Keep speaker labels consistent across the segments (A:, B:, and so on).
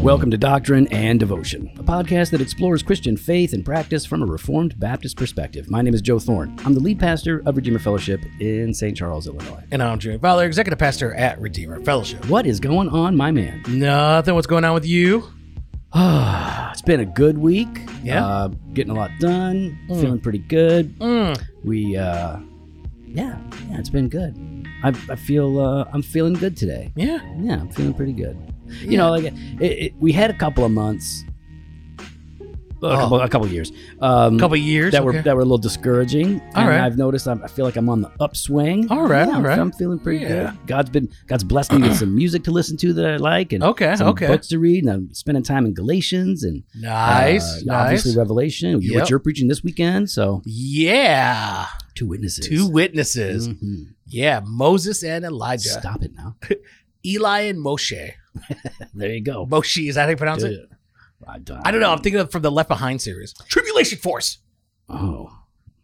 A: Welcome to Doctrine and Devotion, a podcast that explores Christian faith and practice from a Reformed Baptist perspective. My name is Joe Thorne. I'm the lead pastor of Redeemer Fellowship in St. Charles, Illinois.
B: And I'm Jerry Fowler, Executive Pastor at Redeemer Fellowship.
A: What is going on, my man?
B: Nothing. What's going on with you?
A: it's been a good week.
B: Yeah? Hmm.
A: Uh, getting a lot done, feeling pretty good.
B: Mm.
A: We, uh, yeah, yeah, it's been good. I, I feel, uh, I'm feeling good today.
B: Yeah.
A: Yeah, I'm feeling pretty good. You
B: Yeah.
A: know, like it, it, we had a couple of months, a
B: Oh.
A: couple, a couple of years, um,
B: A couple years.
A: that were
B: okay.
A: that were a little discouraging.
B: All
A: and
B: right.
A: I've noticed. I'm, I feel like I'm on the upswing.
B: All right,
A: Yeah,
B: all right.
A: I'm feeling pretty
B: Yeah.
A: good. God's been God's blessed me with some music to listen to that I like, and
B: Okay.
A: some
B: Oh, okay.
A: books to read, and I'm spending time in Galatians and uh,
B: Nice. nice.
A: obviously Revelation. you- What
B: Yep.
A: you're preaching this weekend? So
B: yeah.
A: two witnesses.
B: Two witnesses.
A: Mhm.
B: Yeah. Moses and Elijah.
A: Stop it now.
B: Eli and Moshe.
A: There you go.
B: Moshe, is that how you pronounce it?
A: Dude. I don't,
B: I don't know. I'm thinking of from the Left Behind series. Tribulation Force.
A: Oh,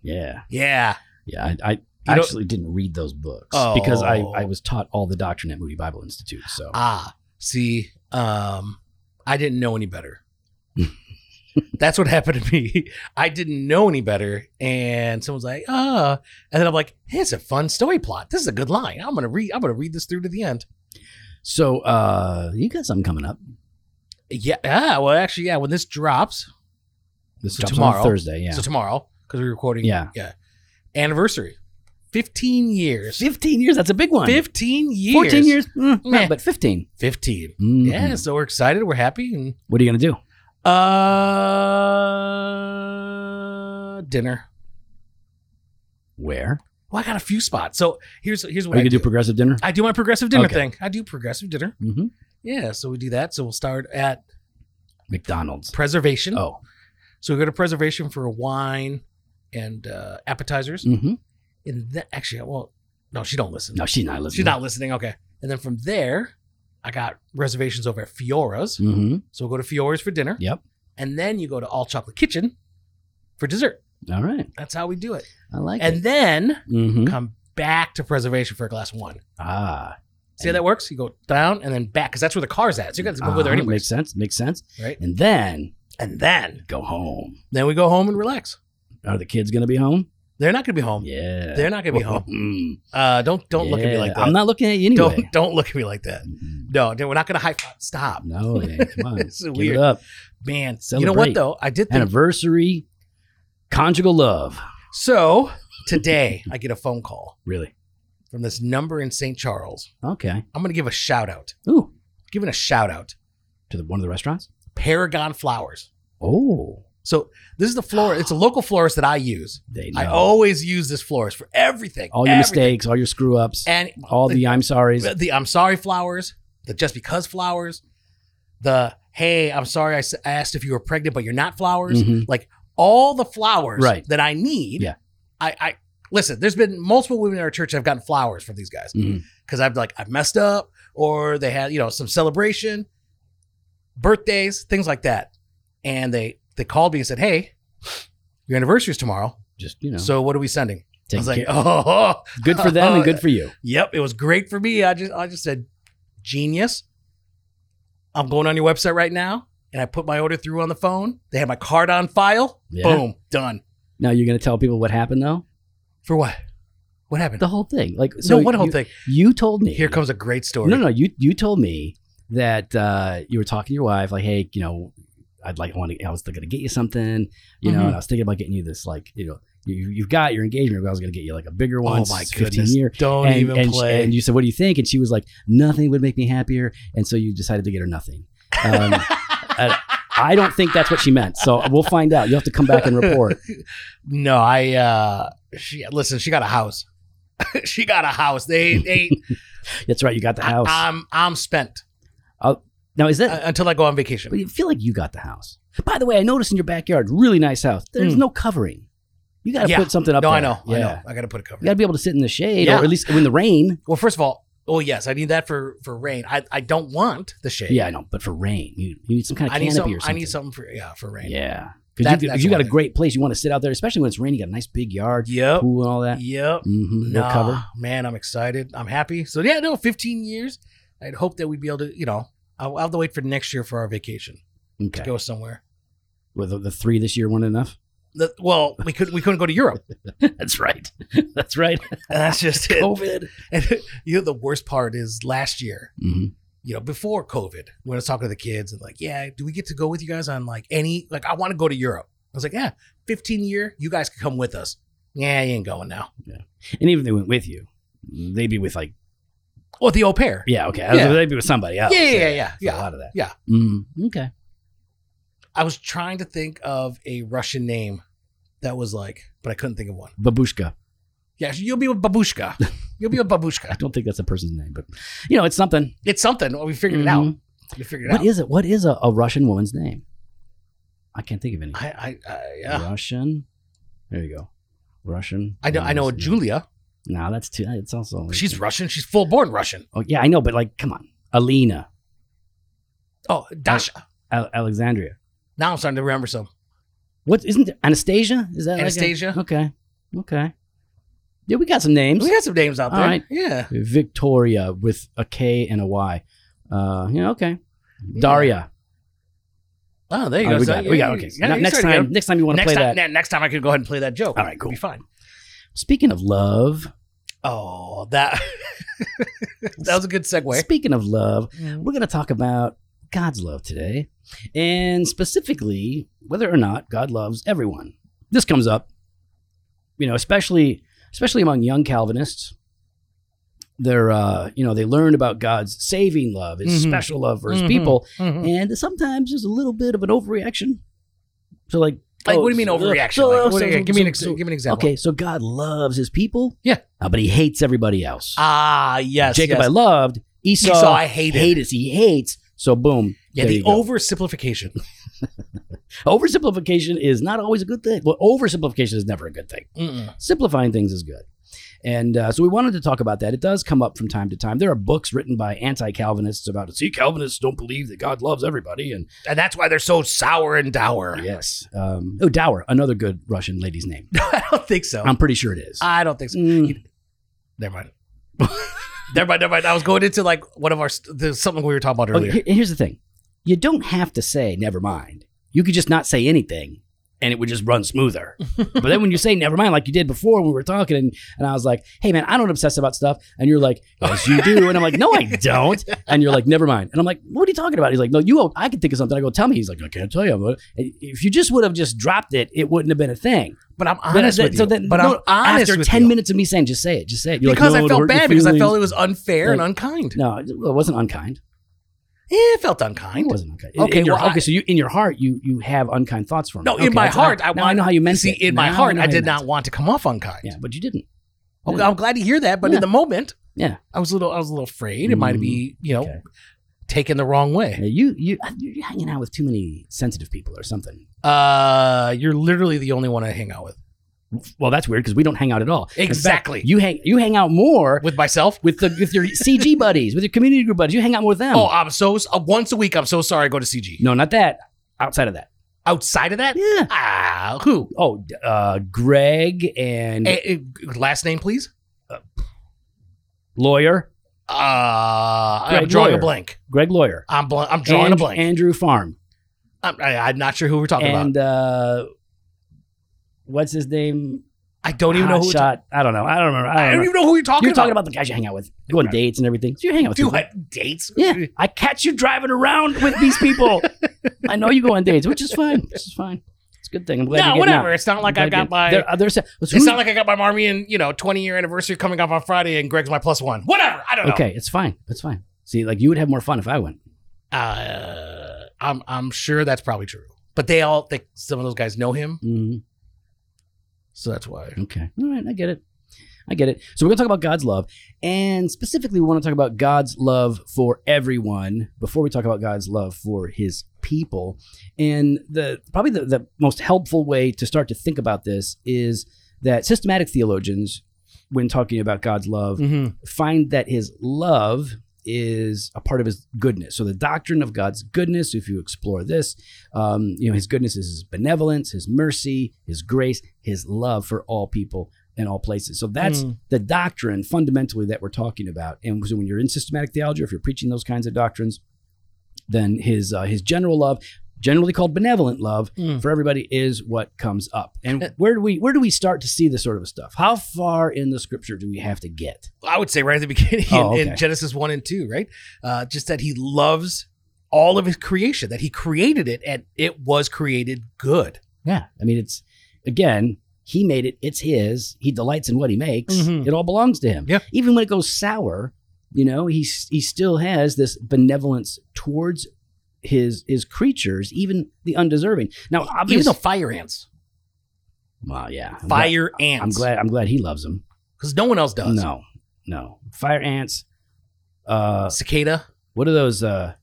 A: yeah.
B: Yeah.
A: Yeah, I, I
B: You know-
A: actually didn't read those books because I,
B: Oh.
A: I was taught all the doctrine at Moody Bible Institute. So
B: Ah. See, um, I didn't know any better. That's what happened to me. I didn't know any better, and someone's like, "Ah," and then I'm like, hey, "It's a fun story plot. This is a good line. I'm gonna read. I'm gonna read this through to the end."
A: so uh, you got something coming up
B: Yeah. Ah, well, actually, yeah. When this drops,
A: this
B: So
A: drops
B: tomorrow.
A: on Thursday. Yeah,
B: so tomorrow, because we're recording.
A: Yeah.
B: Yeah. Anniversary, fifteen years.
A: fifteen years. That's a big one.
B: Fifteen years.
A: Fourteen years, mm,
B: Meh.
A: yeah, but 15
B: Fifteen.
A: Mhm.
B: Yeah. So we're excited. We're happy. And
A: What are you gonna do?
B: Uh, dinner.
A: Where
B: Well, I got a few spots. So here's here's
A: are
B: what
A: Oh, you
B: I
A: gonna do?
B: do.
A: Progressive dinner.
B: I do my progressive dinner
A: Okay.
B: thing. I do progressive dinner.
A: hmm
B: Yeah, so we do that. So we'll start at
A: McDonald's.
B: preservation.
A: Oh,
B: So we go to preservation for wine and uh, appetizers.
A: hmm
B: And then actually, well, no, she don't listen.
A: no, she's not listening.
B: She's not listening. Okay. And then from there, I got reservations over at Fiora's.
A: hmm
B: So we'll go to Fiora's for dinner.
A: Yep.
B: And then you go to All Chocolate Kitchen for dessert.
A: All right,
B: That's how we do it.
A: I like
B: And
A: it.
B: then
A: Mhm.
B: come back to preservation for a glass of wine.
A: Ah,
B: See how that works? You go down and then back because that's where the car's at. So you got to go with
A: uh-huh,
B: her anyway.
A: Makes sense. Makes sense.
B: Right.
A: And then
B: Ah, And then,
A: go home.
B: then we go home and relax.
A: Are the kids gonna be home?
B: They're not going to be home.
A: Yeah.
B: They're not going to be home.
A: Mm.
B: Uh, don't don't look at me
A: Yeah,
B: like that.
A: I'm not looking at you anyway.
B: Don't don't look at me like that.
A: Mm-mm.
B: No, no, we're not going to high five. Stop,
A: No, man, come on.
B: This is
A: Give
B: weird.
A: it up.
B: man. You know
A: Celebrate.
B: what though? I did think
A: Anniversary, conjugal love.
B: so. Today I get a phone call
A: Really?
B: from this number in St. Charles.
A: Okay.
B: I'm going to give a shout out.
A: Ooh,
B: Giving a shout out.
A: to the one of the restaurants.
B: Paragon Flowers.
A: Oh,
B: So this is the florist. It's a local florist that I use.
A: they know
B: I always use this florist for everything.
A: all your
B: everything.
A: mistakes, all your screw ups,
B: and
A: all the I'm sorries.
B: the I'm sorry flowers, the just because flowers, the hey I'm sorry I s- I asked if you were pregnant but you're not flowers,
A: Mhm.
B: like all the flowers
A: Right.
B: that I need.
A: Yeah.
B: I, I listen. There's been multiple women in our church that have gotten flowers from these guys
A: Mhm.
B: because I've like I've messed up or they had you know some celebration, birthdays, things like that, and they they called me and said hey, your anniversary is tomorrow,
A: Just you know,
B: so what are we sending? I
A: taking
B: was like
A: care-
B: oh.
A: good for them and good for you.
B: Yep, it was great for me. I just I just said genius. I'm going on your website right now, and I put my order through on the phone. They had my card on file.
A: Yeah.
B: Boom, done.
A: Now you're gonna tell people what happened though.
B: For what? What happened?
A: The whole thing, like so.
B: no, what whole
A: you,
B: thing?
A: You told me.
B: Here comes a great story.
A: No, no, you you told me that uh, you were talking to your wife, like, hey, you know, I'd like want to. I was gonna get you something, you know,
B: Mhm.
A: and I was thinking about getting you this, like, you know, you you've got your engagement, but I was gonna get you like a bigger one.
B: Oh my
A: it's 15
B: goodness!
A: Year.
B: Don't
A: And,
B: even
A: and,
B: play.
A: and you said, "What do you think?" And she was like, "Nothing would make me happier." And so you decided to get her nothing. Um, I, I don't think that's what she meant. So we'll find out. You'll have to come back and report.
B: no, I. uh She listen. She got a house. she got a house. They they.
A: That's right. You got the house.
B: I, am I'm spent
A: now is that?
B: uh, until I go on vacation.
A: But you feel like you got the house. By the way, I noticed in your backyard, really nice house. There's
B: Mm.
A: no covering. You got to
B: Yeah.
A: put something up.
B: no, I
A: there.
B: know. I know. I got to put a cover.
A: You got to be able to sit in the shade,
B: Yeah.
A: or at least when the rain.
B: Well, first of all, oh yes, I need that for for rain. I I don't want the shade.
A: Yeah, I know. But for rain, you, you need some kind of
B: I need
A: canopy
B: some.
A: or
B: I
A: something.
B: need something for yeah for rain.
A: Yeah,
B: That-
A: because you,
B: that's
A: you got a
B: why.
A: great place. You want to sit out there, especially when it's raining. You got a nice big yard,
B: Yep.
A: pool, and all that.
B: Yep.
A: Mm-hmm. No
B: Nah,
A: cover.
B: man, I'm excited. I'm happy. So yeah, no, 15 years. I'd hope that we'd be able to you know I'll, I'll have to wait for next year for our vacation to
A: Okay.
B: go somewhere.
A: Well, the, the three this year weren't enough.
B: The, well, we couldn't we couldn't go to Europe.
A: That's right. That's right.
B: And that's just it.
A: COVID.
B: And you know the worst part is last year.
A: hmm
B: you know, before COVID, when I was talking to the kids and like, yeah, do we get to go with you guys on like any, like, I want to go to Europe. I was like, yeah, 15 year, you guys can come with us. Yeah, you ain't going now.
A: And even if they went with you, they'd be with like,
B: Or the au pair.
A: yeah, okay. I was-
B: Yeah.
A: They'd be with somebody else.
B: yeah, yeah, yeah, yeah.
A: A
B: yeah.
A: lot of that.
B: Yeah.
A: Mm, okay.
B: I was trying to think of a Russian name that was like, but I couldn't think of one.
A: Babushka.
B: Yeah, you'll be a babushka. You'll be a
A: I
B: babushka.
A: don't think that's a person's name, but you know, it's something.
B: It's something. We figured it out.
A: Mhm.
B: We figured it
A: What
B: out.
A: is it? What is a, a Russian woman's name? I can't think of any.
B: I, I, I, yeah.
A: Russian. There you go. Russian.
B: I know, I know a
A: Julie.
B: Julia.
A: No, that's too. It's also.
B: She's Russian. She's full born Russian.
A: Oh yeah, I know, but like, come on, Alina,
B: Oh, Dasha.
A: Al- Alexandria.
B: Now I'm starting to remember some.
A: What isn't there, Anastasia? Is that
B: Anastasia.
A: Like a, okay, okay. Yeah, we got some names.
B: We got some names out
A: All
B: there.
A: right.
B: Yeah.
A: Victoria with a K and a Y. Uh, yeah, okay. Daria.
B: Oh, there you
A: Oh,
B: go.
A: we
B: So,
A: got it.
B: yeah,
A: We got it.
B: yeah,
A: Okay.
B: yeah,
A: Ne-
B: you
A: next
B: started to
A: time,
B: get
A: next time you
B: it.
A: want to
B: next
A: play
B: time,
A: that.
B: ne- next time I could go ahead and play that joke.
A: All right, cool.
B: It'd be fine.
A: Speaking of love,
B: Oh, that that was a good segue.
A: speaking of love, we're going to talk about God's love today, and specifically whether or not God loves everyone. This comes up, you know, especially especially among young Calvinists. They're, uh, you know, they learn about God's saving love, His
B: Mhm.
A: special love for His
B: Mhm.
A: people,
B: Mhm.
A: and sometimes there's a little bit of an overreaction. So, like,
B: Like,
A: oh,
B: what do you mean
A: so-
B: overreaction?
A: so-
B: Like,
A: so-
B: what-
A: so-
B: yeah, give me an
A: so-
B: ex-
A: so-
B: give me an example.
A: Okay, so God loves His people,
B: Yeah.
A: uh, but He hates everybody else.
B: Ah, yes.
A: Jacob I
B: yes.
A: loved, Esau,
B: Esau, I hated.
A: hates. He hates. So boom.
B: Yeah,
A: there
B: the
A: you go.
B: oversimplification.
A: oversimplification is not always a good thing. Well, oversimplification is never a good thing.
B: Mm-mm.
A: Simplifying things is good. And uh, so we wanted to talk about that. It does come up from time to time. There are books written by anti-Calvinists about see Calvinists don't believe that God loves everybody, and
B: And that's why they're so sour and dour.
A: yes, um, oh Dower, another good Russian lady's name.
B: I don't think so.
A: I'm pretty sure it is.
B: I don't think so.
A: Mm,
B: Never mind. never mind. Never mind. I was going into like one of our st- there's something we were talking about
A: okay,
B: earlier.
A: here- Oh, here's the thing: you don't have to say never mind. You could just not say anything, and it would just run smoother. but then when you say never mind, like you did before when we were talking, and, and I was like, "Hey man, I don't obsess about stuff," and you're like, "Yes, you do," and I'm like, "No, I don't," and you're like, "Never mind," and I'm like, "What are you talking about?" He's like, "No, you. I can think of something." I go, "Tell me." He's like, "I can't tell you." But if you just would have just dropped it, it wouldn't have been a thing.
B: But uh, I'm
A: Then-
B: honest
A: then-
B: with you.
A: so then,
B: but
A: no,
B: I'm honest
A: after
B: with
A: ten
B: you.
A: minutes of me saying, "Just say it," just say it. You're like,
B: because
A: "No,
B: I
A: it'll
B: felt
A: hurt your
B: bad because I
A: feelings."
B: felt it was unfair and
A: Like-
B: unkind.
A: No, it well, it wasn't unkind.
B: Yeah, it felt
A: It
B: unkind.
A: wasn't unkind. In-
B: Okay,
A: in your-
B: well, I-
A: okay. So you, in your heart, you you have unkind thoughts for me.
B: No, in
A: Okay,
B: my
A: that's- now-
B: heart, I
A: now I
B: want-
A: know how you meant
B: See,
A: it.
B: in my
A: Now I
B: heart,
A: know
B: I
A: how you
B: did
A: meant
B: not want to come off unkind.
A: it. Yeah, but you didn't.
B: Okay,
A: Yeah.
B: I'm glad to hear that, but
A: Yeah.
B: in the moment,
A: Yeah.
B: I was a little, I was a little afraid. It might
A: Mhm.
B: be, you know,
A: Okay.
B: taken the wrong way.
A: Yeah, You you you're hanging out with too many sensitive people or something.
B: Uh, you're literally the only one I hang out with.
A: Well, that's weird because we don't hang out at all. In fact,
B: Exactly.
A: you hang you hang out more
B: With myself.
A: with the with your CG buddies, with your community group buddies. You hang out more with them.
B: Oh, I'm so uh, once a week. I'm so sorry. I go to CG.
A: no, not that. Outside of that,
B: Outside of that,
A: yeah.
B: ah, who?
A: Oh, d- uh, Greg and
B: Eh, eh, last name, please.
A: lawyer
B: Uh, I'm
A: Greg
B: drawing
A: Lawyer.
B: a blank.
A: Greg lawyer.
B: I'm bl- I'm drawing
A: And-
B: a blank.
A: Andrew Farm
B: I'm, I, am i am not sure who we're talking about.
A: and uh, what's his name?
B: I don't even
A: Hot
B: know who.
A: shot. I don't know. I don't remember.
B: I
A: I
B: don't
A: don't know.
B: even know who you're talking
A: You're
B: about.
A: talking about the guys you hang out with, you go on dates and everything. So you hang out with
B: Do
A: people.
B: I dates?
A: Yeah, I catch you driving around with these people. I know you go on dates, which is fine. Which is fine. It's a good thing. I'm glad
B: No,
A: you're getting
B: whatever.
A: out.
B: It's not like
A: I'm
B: I
A: glad
B: got my.
A: you're- There, uh, there's a- who-
B: it's not like I got my Marmion, you know, 20 year anniversary coming up on Friday, and Greg's my plus one. Whatever. I don't know.
A: okay, it's fine. It's fine. See, like you would have more fun if I went.
B: Uh, I'm I'm sure that's probably true. But they all think some of those guys know him,
A: Mhm.
B: so that's why.
A: Okay, all right, I get it. I get it. So we're gonna talk about God's love, and specifically, we want to talk about God's love for everyone before we talk about God's love for His people. And the probably the, the most helpful way to start to think about this is that systematic theologians, when talking about God's love, find that his love is a part of his goodness. So the doctrine of God's goodness, if you explore this, um, you know, his goodness is his benevolence, his mercy, his grace, his love for all people and all places. So that's
B: Mm.
A: the doctrine fundamentally that we're talking about. And so when you're in systematic theology, or if you're preaching those kinds of doctrines, then his uh, his general love, generally called benevolent love,
B: Mm.
A: for everybody is what comes up. And where do we where do we start to see this sort of stuff? How far in the scripture do we have to get?
B: I would say right at the beginning
A: Oh,
B: in- in,
A: okay.
B: Genesis 1 and 2, right? Uh, just that he loves all of his creation, that he created it and it was created good.
A: Yeah, I mean, it's again, he made it. It's his. He delights in what he makes.
B: Mhm.
A: It all belongs to him.
B: Yeah.
A: Even when it goes sour, you know, he s- he still has this benevolence towards his his creatures, even the undeserving. Now,
B: Even
A: obviously,
B: the fire ants.
A: well, yeah, I'm glad-
B: Fire ants.
A: I'm glad. I'm glad he loves them.
B: Because no one else does.
A: No, no, fire ants. Uh,
B: Cicada,
A: what are those? Uh,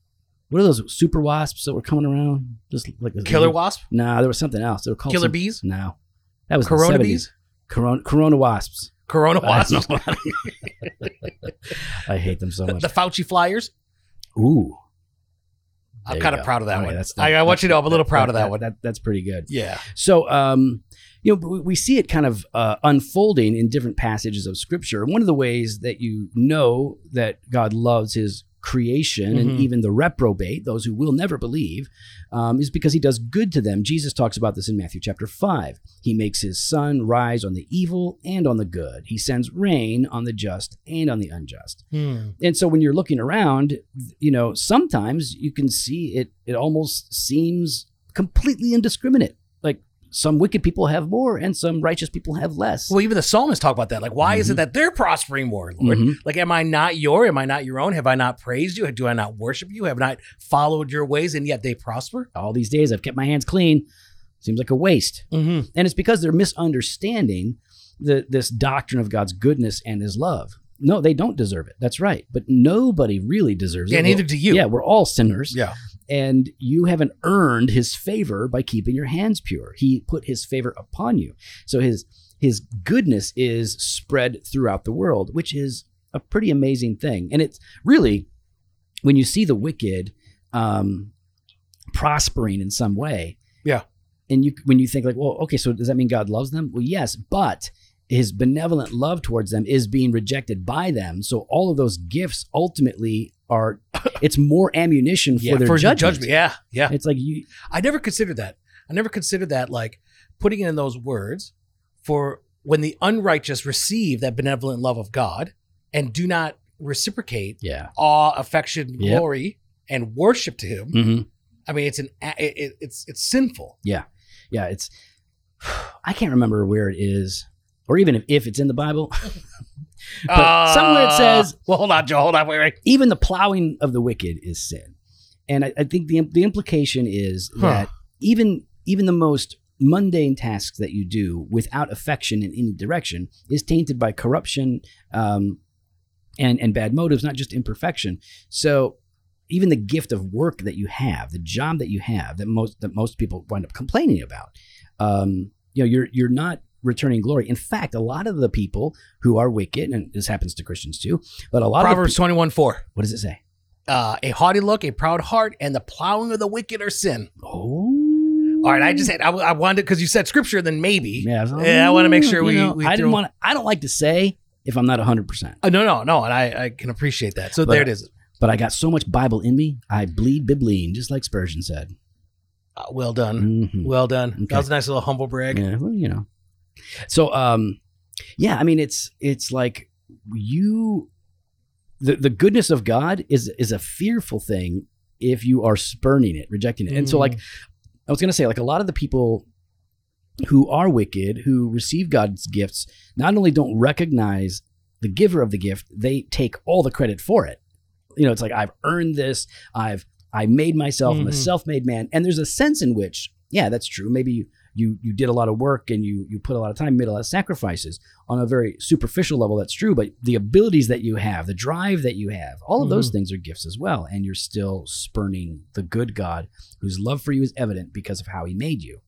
A: what are those super wasps that were coming around? Just like
B: killer wasp,
A: No, there was something else. They were called
B: killer
A: some-
B: bees,
A: No, that was
B: corona
A: the 70s.
B: bees,
A: Corona, corona wasps.
B: corona
A: I
B: wasps,
A: don't know. I hate them so much.
B: the Fauci flyers.
A: Ooh,
B: I'm
A: There you
B: kind
A: go.
B: of proud of that
A: Okay,
B: one.
A: that's-
B: I, I want you to know I'm a little proud of that,
A: that,
B: one.
A: that- that's pretty good.
B: yeah.
A: So, um, you know, but we, we see it kind of uh, unfolding in different passages of Scripture. One of the ways that you know that God loves His creation and
B: Mhm.
A: even the reprobate, those who will never believe, um, is because He does good to them. Jesus talks about this in Matthew chapter five. He makes His sun rise on the evil and on the good. He sends rain on the just and on the unjust. And so when you're looking around, you know, sometimes you can see it, it almost seems completely indiscriminate. Like some wicked people have more and some righteous people have less.
B: Well, even the psalmists talk about that. Like, why
A: Mm-hmm.
B: is it that they're prospering more, Lord?
A: Mhm.
B: Like, am I not your? Am I not your own? Have I not praised you? Do I not worship you? Have I not followed your ways, and yet they prosper?
A: All these days I've kept my hands clean. Seems like a waste.
B: Mm-hmm.
A: And it's because they're misunderstanding the, this doctrine of God's goodness and his love. No, they don't deserve it. That's right. But nobody really deserves
B: Yeah,
A: it.
B: neither do you.
A: Yeah, we're all sinners.
B: Yeah.
A: and you haven't earned his favor by keeping your hands pure. He put his favor upon you. So his his goodness is spread throughout the world, which is a pretty amazing thing. And it's really when you see the wicked um, prospering in some way.
B: Yeah.
A: And you when you think like, well, okay, so does that mean God loves them? Well, yes, but his benevolent love towards them is being rejected by them. So all of those gifts ultimately are it's more ammunition for
B: Yeah,
A: their
B: for the
A: judgment.
B: judgment. Yeah, yeah.
A: It's like you
B: I never considered that. I never considered that like putting in those words for when the unrighteous receive that benevolent love of God and do not reciprocate
A: Yeah.
B: awe, affection,
A: Yep.
B: glory, and worship to Him.
A: Mm-hmm.
B: I mean, it's an a- it, it- it's it's sinful.
A: Yeah, it's I can't remember where it is or even if, if it's in the Bible. But somewhere it says-
B: Uh, "Well, hold on, Joe. Hold on, wait, wait."
A: even the plowing of the wicked is sin. And I, I think the the implication is
B: Huh.
A: that even even the most mundane tasks that you do without affection in any direction is tainted by corruption um, and and bad motives, not just imperfection. So even the gift of work that you have, the job that you have, that most that most people wind up complaining about, um, you know, you're you're not returning glory. In fact, a lot of the people who are wicked, and this happens to Christians too, but a lot of the
B: Proverbs twenty one four.
A: what does it say?
B: Uh, a haughty look, a proud heart, and the plowing of the wicked are sin.
A: Oh,
B: All right, I just had I, I wanted because you said scripture, then maybe.
A: yeah. was like,
B: Yeah, I wanna make sure
A: you
B: we-
A: know,
B: we
A: I didn't
B: threw-
A: want. to I don't like to say if I'm not 100, percent
B: Uh, no, no, no, and I, I can appreciate that. So
A: But-
B: there it is.
A: but I got so much Bible in me. I bleed bibline, just like Spurgeon said.
B: Uh, well done.
A: Mhm.
B: Well done.
A: Okay.
B: That was a nice little humble brag.
A: Yeah, well, you know. So, um, yeah, I mean, it's it's like you, the the goodness of God is is a fearful thing if you are spurning it, rejecting it, and so
B: Mm.
A: like I was gonna say, like a lot of the people who are wicked, who receive God's gifts, not only don't recognize the giver of the gift, they take all the credit for it. You know, it's like I've earned this. I've I made myself. I'm a
B: Mhm.
A: self-made man. And there's a sense in which, yeah, that's true. Maybe you you you did a lot of work and you you put a lot of time, made a lot of sacrifices. On a very superficial level, that's true. But the abilities that you have, the drive that you have, all of those
B: Mm-hmm.
A: things are gifts as well. And you're still spurning the good God whose love for you is evident because of how He made you.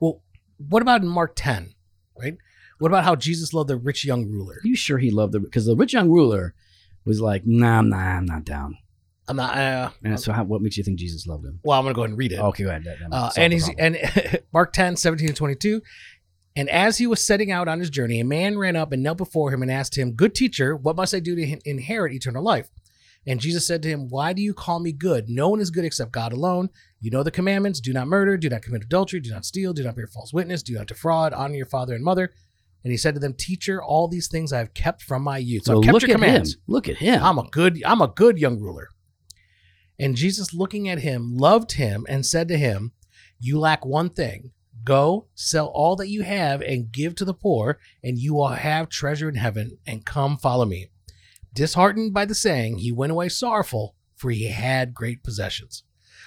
B: Well, what about in Mark 10, right? What about how Jesus loved the rich young ruler?
A: Are you sure He loved the? Because the rich young ruler was like, Nah, nah, I'm not down.
B: I'm not, uh,
A: And so, how, what makes you think Jesus loved him?
B: well, I'm going to go ahead and read it.
A: Okay, go ahead. That- that
B: Uh,
A: solved
B: and
A: the
B: he's,
A: problem.
B: and Mark 10, 17 and 22. And as he was setting out on his journey, a man ran up and knelt before him and asked him, Good teacher, what must I do to in- inherit eternal life? And Jesus said to him, Why do you call me good? No one is good except God alone. You know the commandments do not murder, do not commit adultery, do not steal, do not bear false witness, do not defraud, honor your father and mother. And he said to them, Teacher, all these things I have kept from my youth. So
A: Well,
B: I've kept
A: look
B: your
A: at him.
B: commands.
A: Look at him.
B: I'm a good I'm a good young ruler. And Jesus looking at him loved him and said to him, You lack one thing. Go sell all that you have and give to the poor, and you will have treasure in heaven, and come follow me. Disheartened by the saying, he went away sorrowful, for he had great possessions.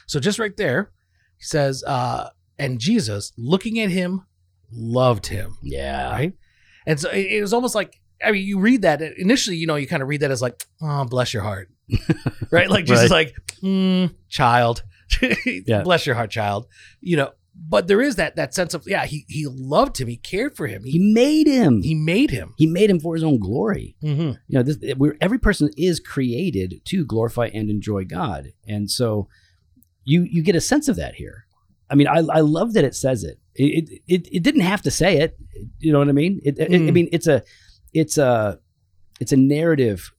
B: So just right there, he says, uh, and Jesus, looking at him, loved him.
A: yeah.
B: Right. And so it, it was almost like, I mean, you read that initially, you know, you kind of read that as like, oh, bless your heart. right. Like, Jesus, is like, mm, child, bless your heart, child. You know, but there is that, that sense of, yeah, he, he loved him. He cared for him.
A: He
B: He,
A: made him.
B: he
A: He,
B: made him.
A: made him for his own glory.
B: Mm-hmm.
A: You know, this, we're, every person is created to glorify and enjoy God, and so you you get a sense of that here. I mean, I, I love that it says it. It, it. it it didn't have to say it. You know what I mean? It, it- I
B: Mm.
A: mean, it's a it's a it's a narrative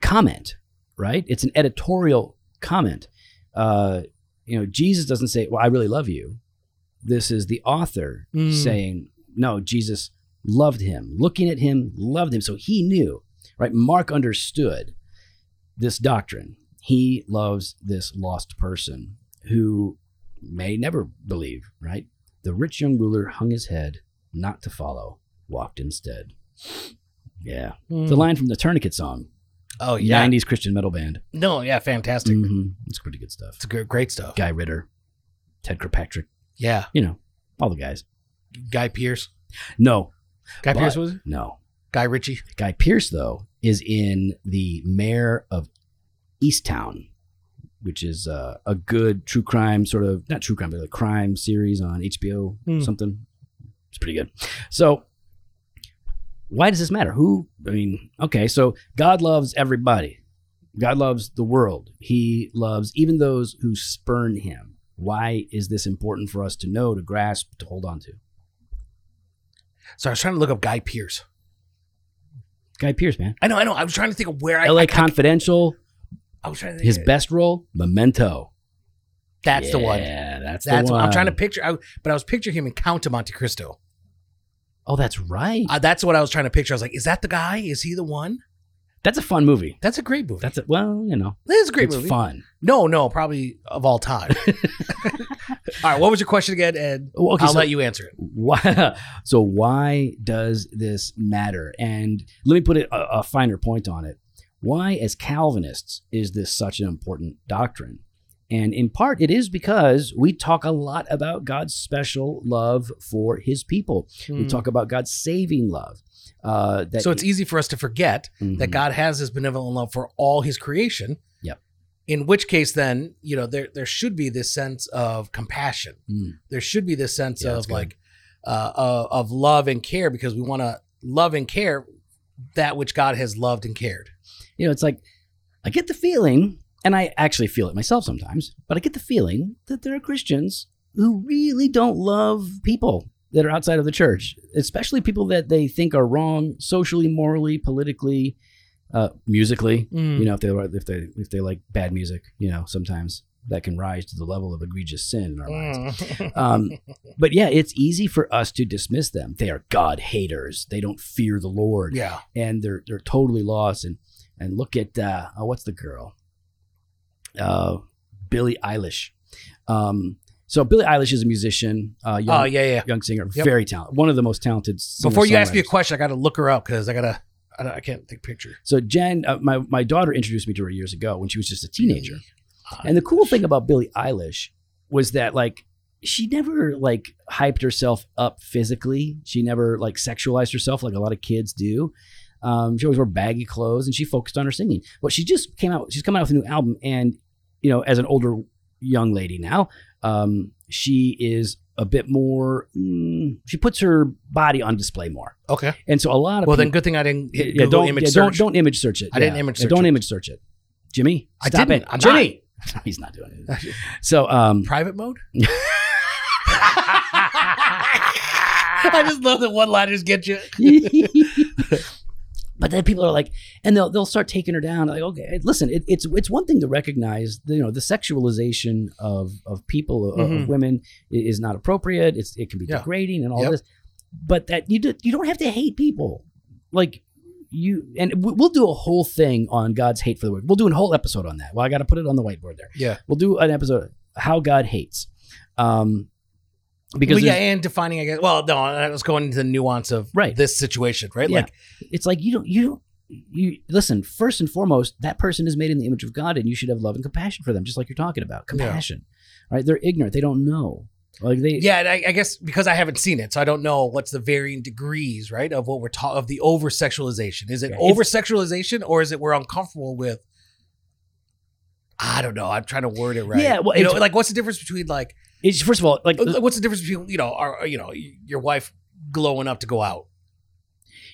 A: comment, right? It's an editorial comment. Uh, you know, Jesus doesn't say, "Well, I really love you." This is the author
B: Mm.
A: saying, "No, Jesus loved him. Looking at him, loved him." So he knew, right? Mark understood this doctrine. He loves this lost person who may never believe, right? The rich young ruler hung his head, not to follow, walked instead. Yeah. The line from the Tourniquet song,
B: Mm-hmm. Oh, Hmm. yeah.
A: 90s Christian metal band.
B: No, yeah. Fantastic.
A: Mhm. It's pretty good stuff.
B: It's great, great stuff.
A: Guy Ritter, Ted Kirkpatrick,
B: Yeah.
A: you know, all the guys.
B: Guy Pierce.
A: No,
B: Guy
A: But-
B: Pierce was it?
A: no.
B: Guy Ritchie.
A: Guy Pierce, though, is in the mayor of Easttown, which is uh, a good true crime sort of, not true crime, but a crime series on HBO,
B: Hmm.
A: something. It's pretty good. So, why does this matter? Who, I mean, okay, so God loves everybody. God loves the world. He loves even those who spurn him. Why is this important for us to know, to grasp, to hold on to?
B: So I was trying to look up Guy Pierce.
A: Guy Pierce, man.
B: I know, I know. I was trying to think of where I,
A: LA
B: I,
A: Confidential,
B: I was trying to think
A: His best role, Memento.
B: That's the one.
A: Yeah, that's,
B: That's
A: the
B: what
A: one.
B: I'm trying to picture. I, but I was picturing him in Count of Monte Cristo.
A: Oh, that's right.
B: Uh, that's what I was trying to picture. I was like, is that the guy? Is he the one?
A: that's a fun movie.
B: That's a great movie.
A: That's a, well, you know,
B: that is a great
A: it's
B: movie.
A: fun.
B: No, no, probably of all time. all right, what was your question again? And
A: Oh, okay,
B: I'll
A: so
B: let you answer it.
A: why, so why does this matter? And let me put it, a, a finer point on it. Why, as Calvinists, is this such an important doctrine? And in part, it is because we talk a lot about God's special love for His people. We talk about God's saving love. Uh, that
B: Hmm. so it's easy for us to forget that
A: Mhm.
B: God has His benevolent love for all His creation.
A: Yep.
B: In which case, then you know there there should be this sense of compassion.
A: Mm.
B: There should be this sense
A: Yeah, that's
B: of
A: good.
B: like uh, uh, of love and care because we want to love and care that which God has loved and cared.
A: You know, it's like I get the feeling, and I actually feel it myself sometimes, but I get the feeling that there are Christians who really don't love people that are outside of the church, especially people that they think are wrong socially, morally, politically, uh, musically.
B: Mm. Hmm.
A: You know, if they if they if they like bad music, you know, sometimes that can rise to the level of egregious sin in our minds.
B: Mm.
A: Um, but yeah, it's easy for us to dismiss them. They are God haters. They don't fear the Lord
B: yeah.
A: and they're they're totally lost and and look at uh oh, what's the girl uh billie eilish um so billie eilish is a musician uh young,
B: Oh yeah, yeah.
A: young singer
B: Yep.
A: very talented one of the most talented
B: Before you ask me a
A: songwriters.
B: question, I got to look her up because I gotta. I, don't- I can't take picture.
A: so jen uh, my my daughter introduced me to her years ago when she was just a teenager
B: Ah,
A: and the cool thing about billie eilish was that like she never like hyped herself up physically she never like sexualized herself like a lot of kids do Um, she always wore baggy clothes and she focused on her singing. But she just came out, she's coming out with a new album. And, you know, as an older young lady now, um, she is a bit more, mm, she puts her body on display more.
B: Okay.
A: And so a lot of
B: Well, then
A: people,
B: good thing I didn't hit
A: yeah,
B: Google
A: don't,
B: image
A: yeah,
B: search.
A: don't, don't image search it.
B: I didn't
A: Yeah.
B: image
A: Yeah,
B: search
A: Don't
B: it.
A: image search it. Jimmy,
B: I
A: stop
B: didn't.
A: it.
B: I'm
A: Jimmy. He's not doing it. So, um,
B: Private mode. I just love that one liners get you.
A: but But then people are like, and they'll they'll start taking her down. Like, okay, listen, it, it's it's one thing to recognize, the, you know, the sexualization of of people of,
B: Mhm.
A: of women i- is not appropriate. It's it can be
B: Yeah.
A: degrading and all
B: Yep.
A: this, but that you do, you don't have to hate people, like you. And we- we'll do a whole thing on God's hate for the word. We'll do a whole episode on that. Well, I got to put it on the whiteboard there.
B: Yeah.
A: We'll do an episode how God hates, um, because
B: Well, yeah,
A: there's-
B: and defining, I guess. Well, no, I was going into the nuance of
A: Right.
B: this situation, right?
A: Yeah.
B: Like,
A: it's like you don't you don't you listen first and foremost that person is made in the image of god and you should have love and compassion for them just like you're talking about compassion right they're ignorant they don't know like they
B: yeah, and I, I guess because I haven't seen it, so I don't know what's the varying degrees, right, of what we're taught of the over sexualization. Is it
A: Yeah, it's-
B: over sexualization or is it we're uncomfortable with? I don't know. I'm trying to word it right.
A: Yeah, well,
B: you know,
A: it's-
B: like what's the difference between like
A: it's first of all like
B: Uh, what's the difference between you know our, you know your wife glowing up to go out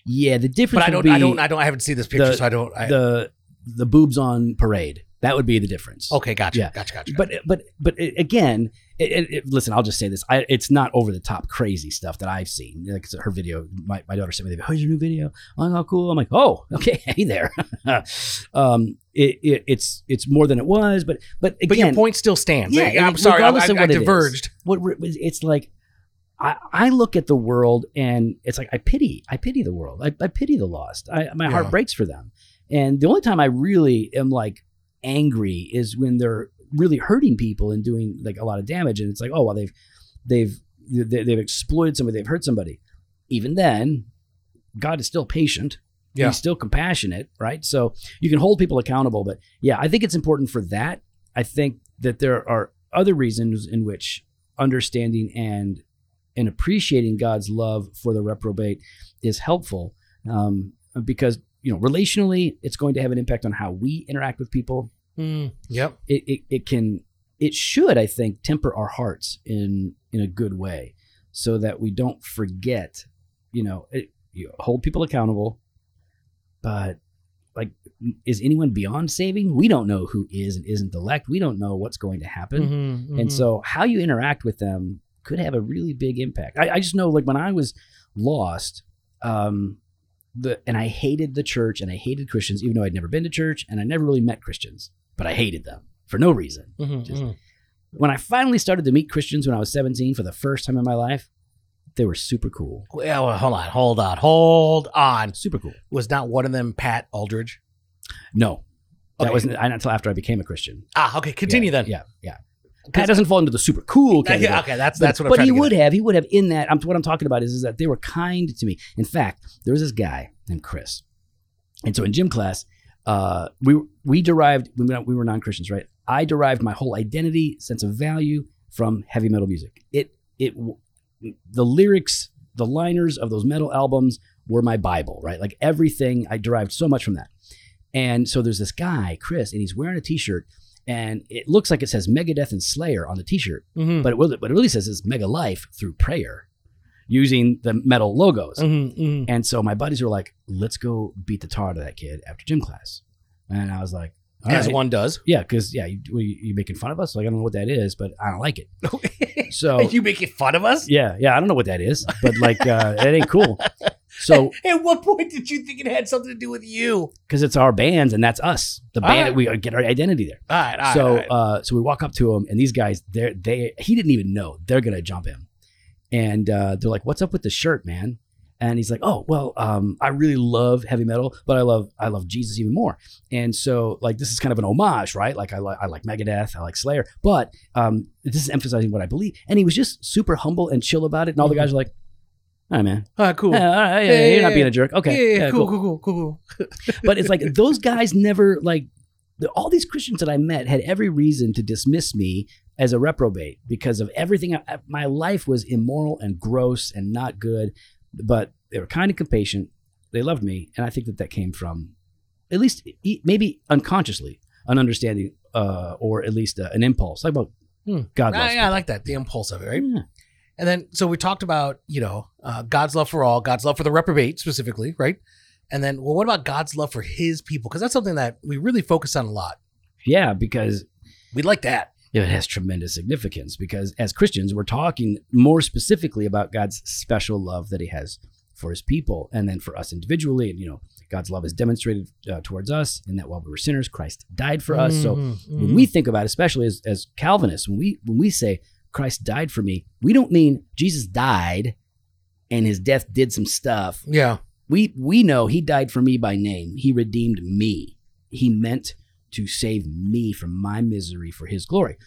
A: yeah the difference
B: oh. but i
A: would
B: don't
A: be
B: i don't i don't i haven't seen this picture
A: the-
B: so i don't I,
A: the the boobs on parade that would be the difference
B: okay gotcha
A: Yeah.
B: gotcha gotcha
A: but but but a- again it, it, it- listen i'll just say this I, it's not over the top crazy stuff that i've seen like it's her video my, my daughter sent me the video, oh, your new video oh how cool i'm like oh okay hey there um it, it it's it's more than it was but but again
B: but your point still stands
A: Yeah,
B: i'm
A: it-
B: sorry i, I,
A: regardless of
B: I
A: what it is.
B: diverged
A: what re- it's like I, I look at the world and it's like I pity I pity the world I, I pity the lost I, my
B: Yeah.
A: heart breaks for them and the only time I really am like angry is when they're really hurting people and doing like a lot of damage and it's like oh well they've they've they, they've exploited somebody they've hurt somebody even then God is still patient
B: Yeah.
A: he's still compassionate right so you can hold people accountable but yeah I think it's important for that I think that there are other reasons in which understanding and and appreciating God's love for the reprobate is helpful um, because you know relationally it's going to have an impact on how we interact with people.
B: Mm, yep
A: It, it, it can it should I think temper our hearts in in a good way so that we don't forget you know it, you hold people accountable but like is anyone beyond saving we don't know who is and isn't elect we don't know what's going to happen
B: Mm-hmm,
A: and so how you interact with them could have a really big impact. I, I just know like when I was lost, um, the and I hated the church and I hated Christians, even though I'd never been to church and I never really met Christians, but I hated them for no reason.
B: mm-hmm,
A: just- When I finally started to meet Christians when I was 17 for the first time in my life, they were super cool.
B: well, well, hold on hold on hold on
A: Super cool.
B: was not one of them pat aldridge
A: No. That
B: Okay.
A: wasn't I- not until after I became a Christian.
B: ah okay continue
A: Yeah,
B: then
A: Yeah, yeah. Pat doesn't fall into the super cool
B: Uh,
A: category.
B: yeah, okay that's that's
A: but,
B: what i'm
A: but
B: trying
A: he
B: to get
A: would have. He would have in that. I'm, what I'm talking about is, is that they were kind to me. In fact, there was this guy named Chris, and so in gym class, uh, we we derived we were, we were non Christians, right? I derived my whole identity, sense of value from heavy metal music. It it w- the lyrics, the liners of those metal albums were my bible, right? Like everything I derived so much from that. And so there's this guy, Chris, and he's wearing a t-shirt and it looks like it says Megadeth and Slayer on the t-shirt
B: at. Mhm,
A: but it, was- what it really says is mega life through prayer using the metal logos.
B: mhm, mhm.
A: And so my buddies were like, let's go beat the tar out of that kid after gym class. And I was like, "All
B: as
A: right."
B: one does
A: Yeah, because yeah, you, well, you, you're making fun of us. Like I don't know what that is, but I don't like it. So
B: you making fun of us
A: yeah, yeah, I don't know what that is, but like uh, it ain't cool. So
B: at what point did you think it had something to do with you
A: because it's our bands and that's us, the
B: All
A: band,
B: right.
A: we uh, get our identity there.
B: all right all right, all
A: so
B: right.
A: uh so we walk up to him and these guys they're they he didn't even know they're gonna jump him and uh they're like what's up with the shirt man and he's like oh well um i really love heavy metal but i love i love jesus even more and so like this is kind of an homage right like i like i like megadeth i like slayer but um this is emphasizing what i believe and he was just super humble and chill about it and all the guys are like all right man
B: all right Mm-hmm. cool
A: Yeah, all right yeah,
B: Yeah,
A: you're
B: yeah,
A: not
B: yeah.
A: being a jerk okay
B: Yeah, eh, yeah,
A: yeah,
B: cool, cool, cool, cool, cool.
A: but it's like those guys never like the- all these Christians that I met had every reason to dismiss me as a reprobate because of everything. I, I- my life was immoral and gross and not good, but they were kind and compassionate. They loved me, and I think that that came from at least e- maybe unconsciously an understanding uh, or at least uh, an impulse. Like about
B: Hmm.
A: God
B: Ah,
A: loves
B: yeah, I like that. The impulse of it, right?
A: me. Yeah.
B: And then, so we talked about, you know, uh, God's love for all, God's love for the reprobate specifically, right? And then, well, what about God's love for his people? Because that's something that we really focus on a lot.
A: yeah, because
B: We like that.
A: it has tremendous significance because as Christians, we're talking more specifically about God's special love that He has for His people, and then for us individually, and you know, God's love is demonstrated uh, towards us in that while we were sinners, Christ died for us. So
B: Mm-hmm,
A: when we think about, it, especially as, as Calvinists, when we when we say Christ died for me, we don't mean Jesus died and his death did some stuff.
B: yeah,
A: We we know he died for me by name. He redeemed me. He meant to save me from my misery for his glory.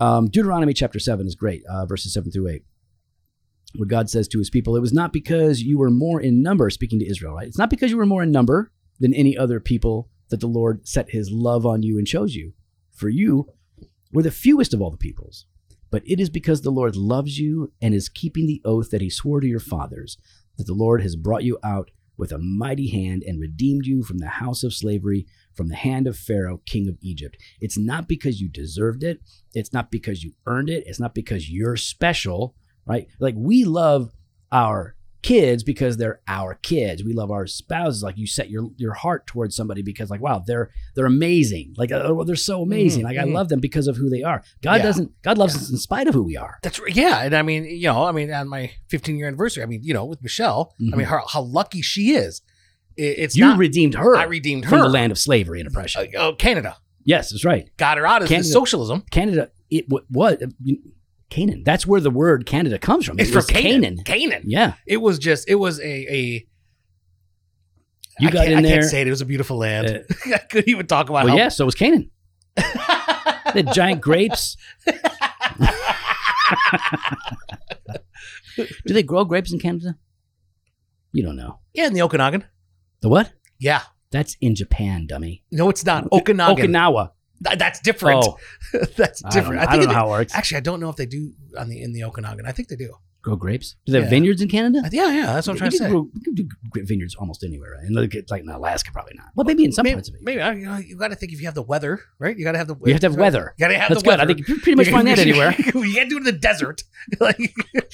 A: Um, Deuteronomy chapter seven is great, uh, verses seven through eight. Where God says to his people, It was not because you were more in number, speaking to Israel, right? It's not because you were more in number than any other people that the Lord set his love on you and chose you. For you were the fewest of all the peoples. But it is because the Lord loves you and is keeping the oath that he swore to your fathers, that the Lord has brought you out with a mighty hand and redeemed you from the house of slavery, from the hand of Pharaoh, king of Egypt. It's not because you deserved it. It's not because you earned it. It's not because you're special, right? Like we love our kids because they're our kids. We love our spouses. Like you set your your heart towards somebody because like wow, they're they're amazing. Like oh, they're so amazing.
B: Mhm,
A: Like
B: mhm.
A: I love them because of who they are. God
B: Yeah.
A: doesn't. God loves
B: Yeah.
A: us in spite of who we are.
B: that's right. Yeah, and I mean, you know, I mean, on my 15 year anniversary, I mean, you know, with Michelle, I
A: Mhm.
B: mean, how, how lucky she is. It- it's
A: you
B: not
A: redeemed her,
B: I redeemed
A: from
B: her.
A: the land of slavery and oppression.
B: Uh, oh, Canada
A: yes, that's right.
B: got her out of the
A: Canada.
B: socialism.
A: Canada. It what what Canaan. That's where the word Canada comes from.
B: It's
A: It
B: from
A: was
B: Canaan. Canaan.
A: Yeah,
B: It was just. It was a a.
A: you
B: I
A: got
B: can't-
A: in
B: I
A: there.
B: can't say it. It was a beautiful land.
A: Uh,
B: I couldn't even talk about.
A: well,
B: how,
A: yeah. So was Canaan. They had giant grapes. Do they grow grapes in Canada? You don't know.
B: yeah, in the Okanagan.
A: The what?
B: Yeah.
A: That's in Japan, dummy.
B: No, it's not Okanagan.
A: Okinawa.
B: Th- that's different.
A: Oh,
B: that's
A: I don't,
B: different.
A: know.
B: I,
A: I
B: think
A: don't know
B: it-
A: how it works.
B: actually I don't know if they do on the in the Okanagan. I think they do.
A: Grow grapes? Do they have
B: Yeah.
A: vineyards in Canada?
B: I th- yeah, yeah. That's what I'm trying to
A: You
B: say.
A: can grow- you can do gr- vineyards almost anywhere, right? And look, it's like in Alaska, probably not. Well, maybe in some
B: maybe,
A: parts of it.
B: maybe I, you, know, you got to think if you have the weather, right? You got to have the.
A: You have to have weather.
B: You got to have
A: That's
B: the
A: good.
B: weather.
A: I think you can pretty much find that anywhere.
B: you can't do it in the desert. like,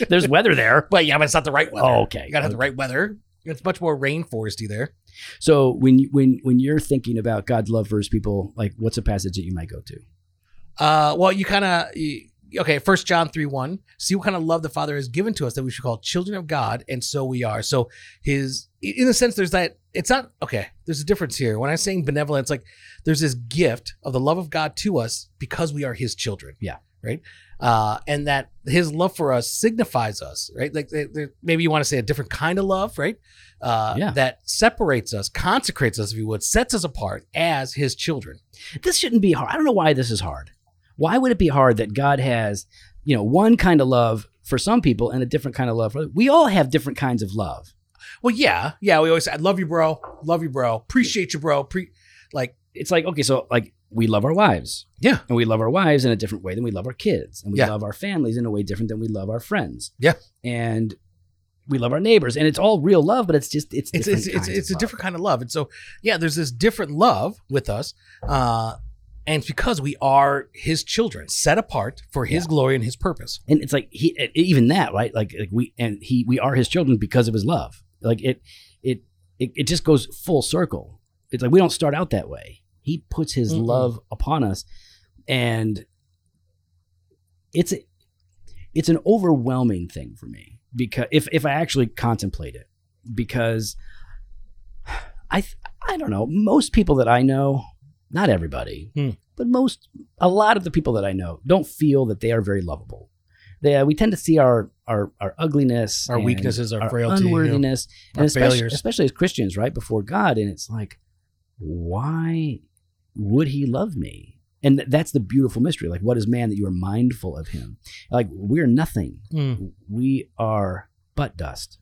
A: There's weather there.
B: but yeah, but it's not the right weather.
A: Oh, okay.
B: You got to have the right weather. It's much more rainforesty there.
A: So when you- when when you're thinking about God's love for His people, like what's a passage that you might go to?
B: Uh, well, you kind of okay. First John three one. See what kind of love the Father has given to us that we should call children of God, and so we are. So His, in a sense, there's that. It's not okay. There's a difference here. When I'm saying benevolence, like there's this gift of the love of God to us because we are His children.
A: Yeah.
B: Right. Uh, and that His love for us signifies us. Right. Like there- there- maybe you want to say a different kind of love. Right. Uh,
A: Yeah.
B: That separates us, consecrates us, if you would, sets us apart as His children.
A: This shouldn't be hard. I don't know why this is hard. Why would it be hard that God has, you know, one kind of love for some people and a different kind of love for other? We all have different kinds of love.
B: Well, yeah, yeah. We always say, "I love you, bro. Love you, bro. Appreciate you, bro." Pre- like,
A: It's like okay, so like we love our wives.
B: Yeah.
A: And we love our wives in a different way than we love our kids, and we
B: Yeah.
A: love our families in a way different than we love our friends.
B: Yeah.
A: And we love our neighbors, and it's all real love, but it's just it's
B: it's
A: different
B: it's it's,
A: kinds
B: it's a
A: of love.
B: different kind of love, and so yeah, there's this different love with us, uh, and it's because we are His children, set apart for His glory and His purpose.
A: and it's like he e- even that right like, like we and he we are his children because of his love like it it it, it just goes full circle it's like we don't start out that way he puts his
B: Mm-mm.
A: love upon us and it's a, it's an overwhelming thing for me because if if i actually contemplate it because i th- i don't know most people that i know not everybody
B: Hmm.
A: but most a lot of the people that i know don't feel that they are very lovable they, uh, we tend to see our our, our ugliness
B: Our
A: and
B: weaknesses, our
A: our
B: frailty, you know,
A: unworthiness
B: our
A: and especially,
B: failures.
A: especially as christians right before god and it's like why would he love me and th- that's the beautiful mystery like what is man that you are mindful of him like we're nothing
B: Mm.
A: we are but dust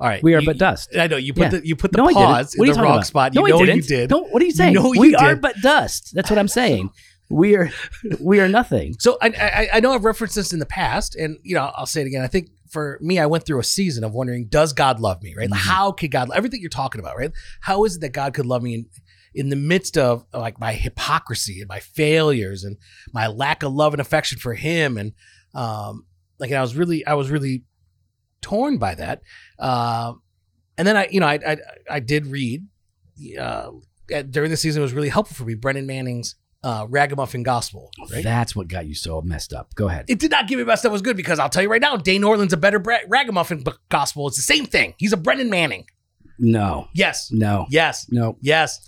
B: All right,
A: we are
B: you-
A: but dust
B: I know you put
A: Yeah.
B: the you put the
A: No, I didn't.
B: pause
A: What are
B: in
A: you
B: the
A: talking
B: wrong
A: about?
B: spot. You
A: no,
B: know
A: I
B: you
A: didn't.
B: did.
A: Don't, what are you saying?
B: know you
A: we are
B: did.
A: but dust. That's what I'm saying. We are, we are nothing.
B: So I, I I know I've referenced this in the past, and you know I'll say it again. I think for me, I went through a season of wondering, does God love me? Right?
A: Mhm.
B: How could God? Everything you're talking about, right? How is it that God could love me in, in the midst of like my hypocrisy and my failures and my lack of love and affection for Him? And um, like I was really, I was really torn by that. Um, and then I, you know, I I, I did read uh, at- during the season. It was really helpful for me. Brennan Manning's uh, Ragamuffin Gospel, right?
A: That's what got you so messed up. Go ahead.
B: It did not give me best that was good because I'll tell you right now, Dane Orland's a better bra- Ragamuffin b- Gospel. It's the same thing. He's a Brendan Manning.
A: No,
B: Yes,
A: no,
B: yes,
A: no.
B: yes.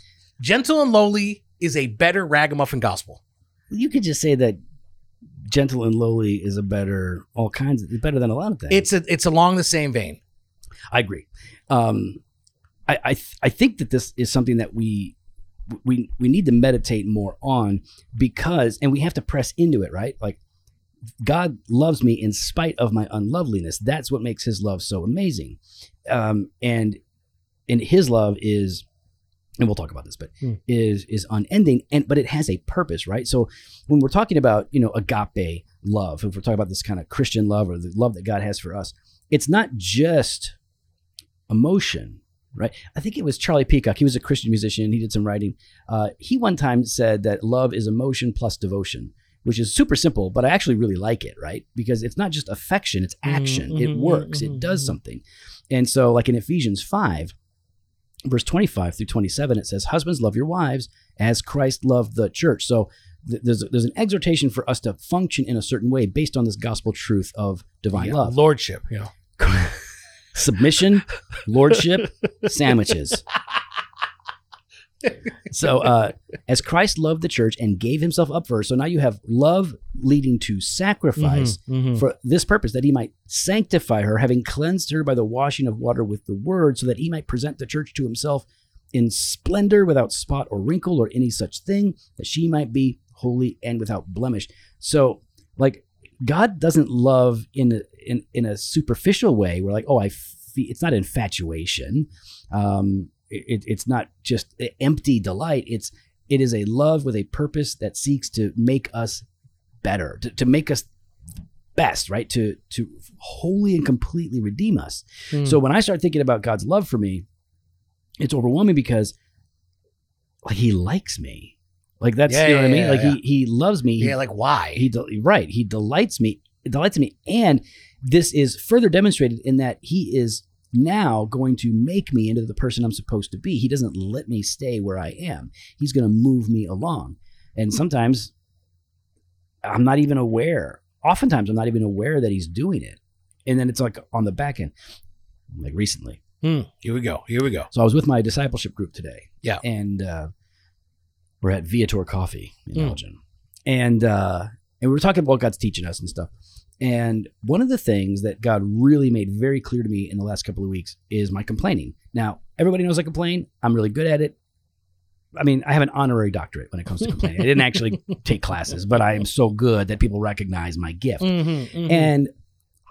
B: Gentle and Lowly is a better Ragamuffin Gospel.
A: You could just say that gentle and lowly is a better all kinds of better than a lot of things.
B: It's a, it's along the same vein.
A: I agree. Um, I I, th- I think that this is something that we we we need to meditate more on because, and we have to press into it, right? Like God loves me in spite of my unloveliness. That's what makes His love so amazing, um, and and His love is. And we'll talk about this, but
B: Hmm.
A: is is unending, and but it has a purpose, right? So when we're talking about you know agape love, if we're talking about this kind of Christian love or the love that God has for us, it's not just emotion, right? I think it was Charlie Peacock. He was a Christian musician. He did some writing. Uh, he one time said that love is emotion plus devotion, which is super simple, but I actually really like it, right? Because it's not just affection, it's action.
B: Mhm,
A: it
B: mhm,
A: works,
B: mhm,
A: it does
B: mhm.
A: something. And so, like in Ephesians 5, verse 25 through 27, it says, Husbands, love your wives as Christ loved the church. So, th- there's, there's an exhortation for us to function in a certain way based on this gospel truth of divine
B: Yeah,
A: love
B: Lordship, you know.
A: submission, lordship, sandwiches. So, uh, as Christ loved the church and gave himself up for her, so now you have love leading to sacrifice
B: Mm-hmm.
A: for this purpose, that he might sanctify her, having cleansed her by the washing of water with the word, so that he might present the church to himself in splendor, without spot or wrinkle or any such thing, that she might be holy and without blemish. So, like, God doesn't love in a, in in a superficial way. We're like, oh, I. Fe- it's not infatuation. Um, it, it's not just empty delight. It's it is a love with a purpose that seeks to make us better, to, to make us best, right? To to wholly and completely redeem us.
B: Hmm.
A: So when I start thinking about God's love for me, it's overwhelming because like he likes me. Like that's
B: Yeah,
A: you know
B: yeah,
A: what I mean?
B: yeah,
A: like
B: yeah.
A: he he loves me. He
B: yeah, like why?
A: he del- right he delights me delights me and this is further demonstrated in that he is now going to make me into the person i'm supposed to be he doesn't let me stay where i am he's going to move me along and sometimes i'm not even aware oftentimes i'm not even aware that he's doing it and then it's like on the back end like recently
B: Hmm, Here we go. Here we go.
A: so I was with my discipleship group today.
B: Yeah.
A: And uh, we're at Viator Coffee in
B: Mm.
A: Elgin. And uh, and we were talking about what God's teaching us and stuff. And one of the things that God really made very clear to me in the last couple of weeks is my complaining. Now, everybody knows I complain. I'm really good at it. I mean, I have an honorary doctorate when it comes to complaining. I didn't actually take classes, but I am so good that people recognize my gift.
B: Mm-hmm.
A: And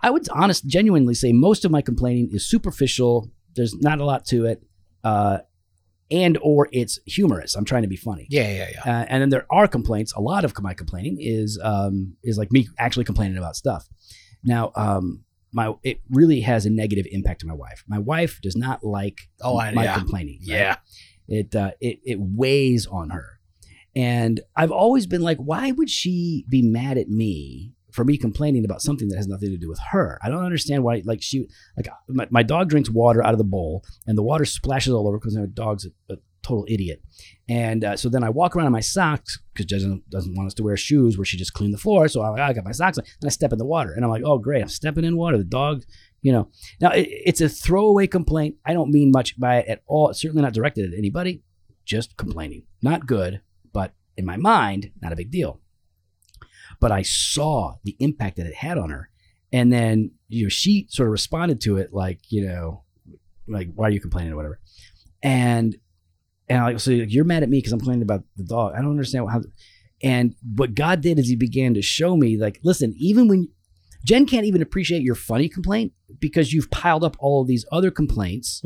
A: I would honest, genuinely say most of my complaining is superficial. There's not a lot to it, uh, and or it's humorous. I'm trying to be funny.
B: yeah, yeah, yeah.
A: Uh, and then there are complaints. A lot of my complaining is um, is like me actually complaining about stuff. Now, um, my it really has a negative impact on my wife. My wife does not like
B: Oh, I,
A: my
B: yeah.
A: complaining. right?
B: Yeah.
A: It uh, it it weighs on her, and I've always been like, why would she be mad at me for me complaining about something that has nothing to do with her? I don't understand why. Like she like uh, my, my dog drinks water out of the bowl, and the water splashes all over because my dog's a, a total idiot. And uh, so then I walk around in my socks because doesn't doesn't want us to wear shoes where she just cleaned the floor. So I'm like, "Oh, I got my socks on, and I step in the water, and I'm like, oh great, I'm stepping in water. The dog, you know. Now it, it's a throwaway complaint. I don't mean much by it at all. It's certainly not directed at anybody. Just complaining, not good, but in my mind, not a big deal. But I saw the impact that it had on her, and then you know she sort of responded to it like you know, like why are you complaining or whatever, and and I'm like, so you're mad at me because I'm complaining about the dog. I don't understand how. And what God did is He began to show me, like, listen, even when Jen can't even appreciate your funny complaint because you've piled up all of these other complaints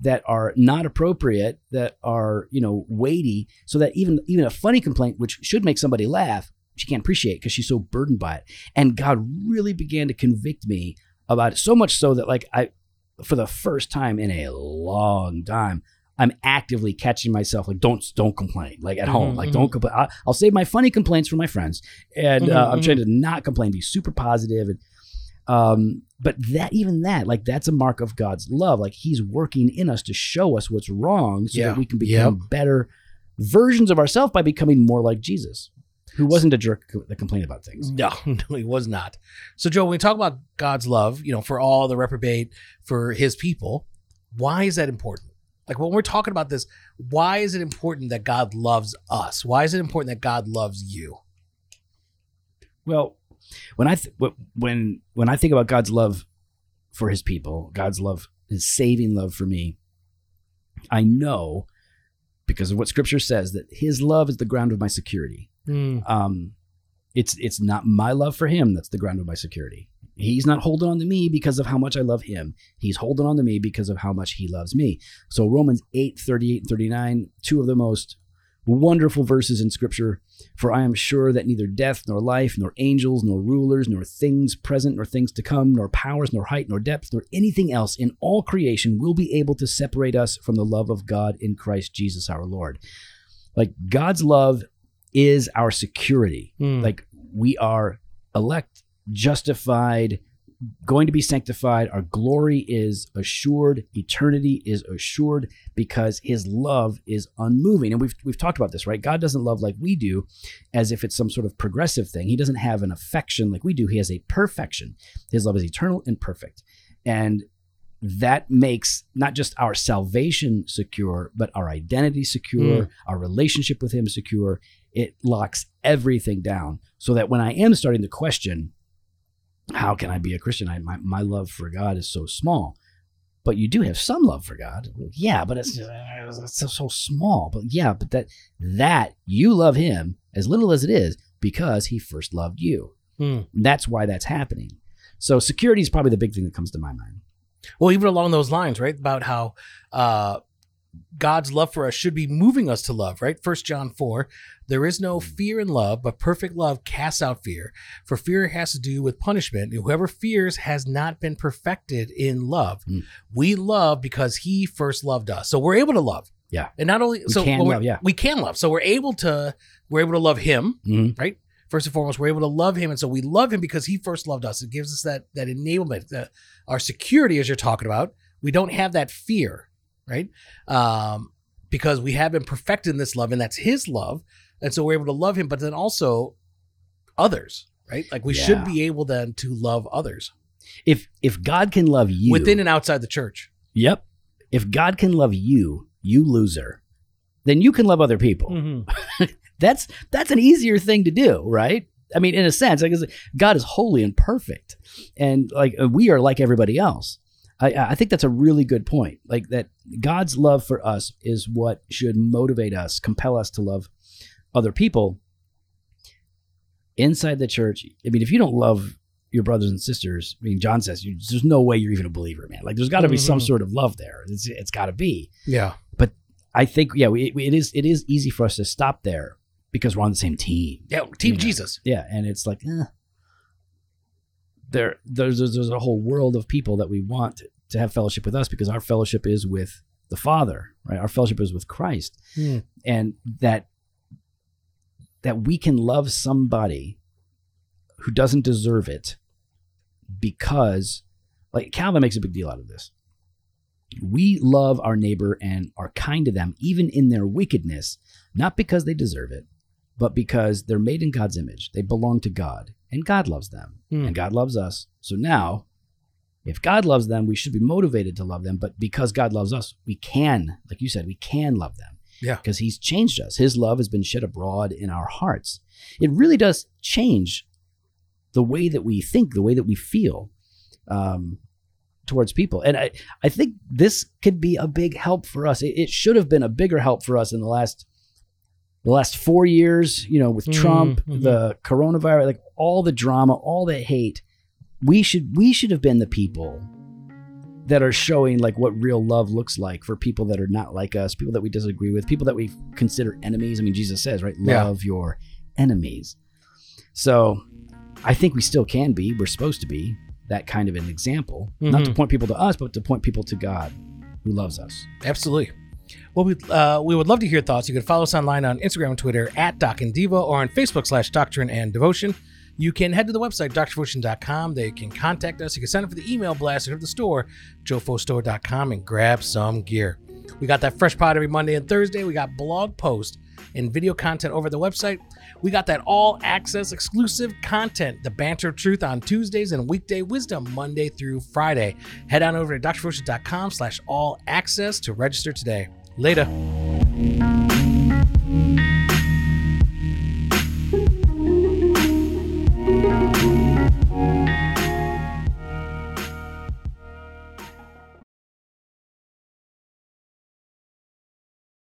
A: that are not appropriate, that are you know weighty, so that even even a funny complaint, which should make somebody laugh, she can't appreciate because she's so burdened by it. And God really began to convict me about it so much so that like I, for the first time in a long time. I'm actively catching myself like don't don't complain like at home
B: Mhm,
A: like
B: mhm.
A: don't complain I, I'll save my funny complaints for my friends and uh,
B: Mhm,
A: I'm
B: mhm.
A: trying to not complain be super positive and um but that even that like that's a mark of god's love like he's working in us to show us what's wrong so
B: Yeah.
A: that we can become better versions of ourselves by becoming more like Jesus, who wasn't a jerk that complained about things.
B: No, no, he was not. So, Joe, when we talk about God's love, you know, for all the reprobate, for his people, why is that important? Like when we're talking about this, why is it important that God loves us? Why is it important that God loves you?
A: Well, when I th- when when I think about God's love for His people, God's love, His saving love for me, I know because of what Scripture says that His love is the ground of my security. Um, it's it's not my love for Him that's the ground of my security. He's not holding on to me because of how much I love him. He's holding on to me because of how much he loves me. So Romans 8, 38 and 39, two of the most wonderful verses in scripture. For I am sure that neither death, nor life, nor angels, nor rulers, nor things present, nor things to come, nor powers, nor height, nor depth, nor anything else in all creation will be able to separate us from the love of God in Christ Jesus our Lord. Like God's love is our security.
B: Hmm.
A: Like we are elect, justified, going to be sanctified. Our glory is assured. Eternity is assured because his love is unmoving. And we've we've talked about this, right? God doesn't love like we do, as if it's some sort of progressive thing. He doesn't have an affection like we do. He has a perfection. His love is eternal and perfect. And that makes not just our salvation secure, but our identity secure, our relationship with Him secure. It locks everything down so that when I am starting to question, how can I be a Christian? I, my, my love for God is so small. But you do have some love for God. Well, yeah, but it's, it's so, so small. But yeah, but that, that you love Him as little as it is because He first loved you.
B: Hmm.
A: That's why that's happening. So security is probably the big thing that comes to my mind.
B: Well, even along those lines, right? About how uh, God's love for us should be moving us to love, right? First John four, there is
A: Mm.
B: no fear in love, but perfect love casts out fear, for fear has to do with punishment. and Whoever fears has not been perfected in love.
A: Mm.
B: We love because He first loved us, so we're able to love.
A: Yeah.
B: and not only so
A: can
B: well, we're-
A: love, yeah.
B: we can love. So we're able to we're able to love Him,
A: Mm-hmm.
B: first and foremost we're able to love him and so we love him because he first loved us it gives us that that enablement that our security as you're talking about we don't have that fear right um because we have been perfected in this love and that's his love and so we're able to love him but then also others right like we
A: Yeah.
B: should be able then to love others
A: if if God can love you
B: within and outside the church
A: yep, if God can love you, you loser, then you can love other people. That's that's an easier thing to do, right? I mean, in a sense, like God is holy and perfect, and like uh, we are like everybody else. I, I think that's a really good point. Like that, God's love for us is what should motivate us, compel us to love other people inside the church. I mean, if you don't love your brothers and sisters, I mean, John says you, there's no way you're even a believer, man. Like, there's got to be some
B: Mhm.
A: sort of love there. It's, it's got to be.
B: yeah
A: I think, yeah, we, we- it is. It is easy for us to stop there because we're on the same team.
B: yeah team
A: Yeah.
B: jesus
A: Yeah, and it's like eh. there, there's there's there's a whole world of people that we want to have fellowship with us because our fellowship is with the Father, right? Our fellowship is with Christ,
B: Hmm.
A: and that that we can love somebody who doesn't deserve it because, like Calvin makes a big deal out of this. We love our neighbor and are kind to them, even in their wickedness, not because they deserve it, but because they're made in God's image. They belong to God, and God loves them,
B: Hmm.
A: and God loves us. So now, if God loves them, we should be motivated to love them. But because God loves us, we can, like you said, we can love them.
B: Yeah.
A: Because He's changed us. His love has been shed abroad in our hearts. It really does change the way that we think, the way that we feel um, towards people. And I, I think this could be a big help for us. It, it should have been a bigger help for us in the last the last four years, you know, with
B: Mm,
A: Trump,
B: mhm.
A: the coronavirus, like all the drama, all that hate. We should we should have been the people that are showing like what real love looks like for people that are not like us, people that we disagree with, people that we consider enemies. I mean, Jesus says, right,
B: Yeah.
A: love your enemies. So I think we still can be, we're supposed to be that kind of an example, not to point people to us, but to point people to God who loves us.
B: Absolutely. Well, we, uh, we would love to hear your thoughts. You can follow us online on Instagram and Twitter at Doc and Diva or on Facebook slash Doctrine and Devotion. You can head to the website, drdevotion.com. They can contact us. You can sign up for the email blast or go to the store, jofostore.com, and grab some gear. We got that fresh pod every Monday and Thursday. We got blog post and video content over the website. We got that all access exclusive content, the banter truth on Tuesdays and weekday wisdom Monday through Friday. Head on over to drferocious.com slash all access to register today. Later.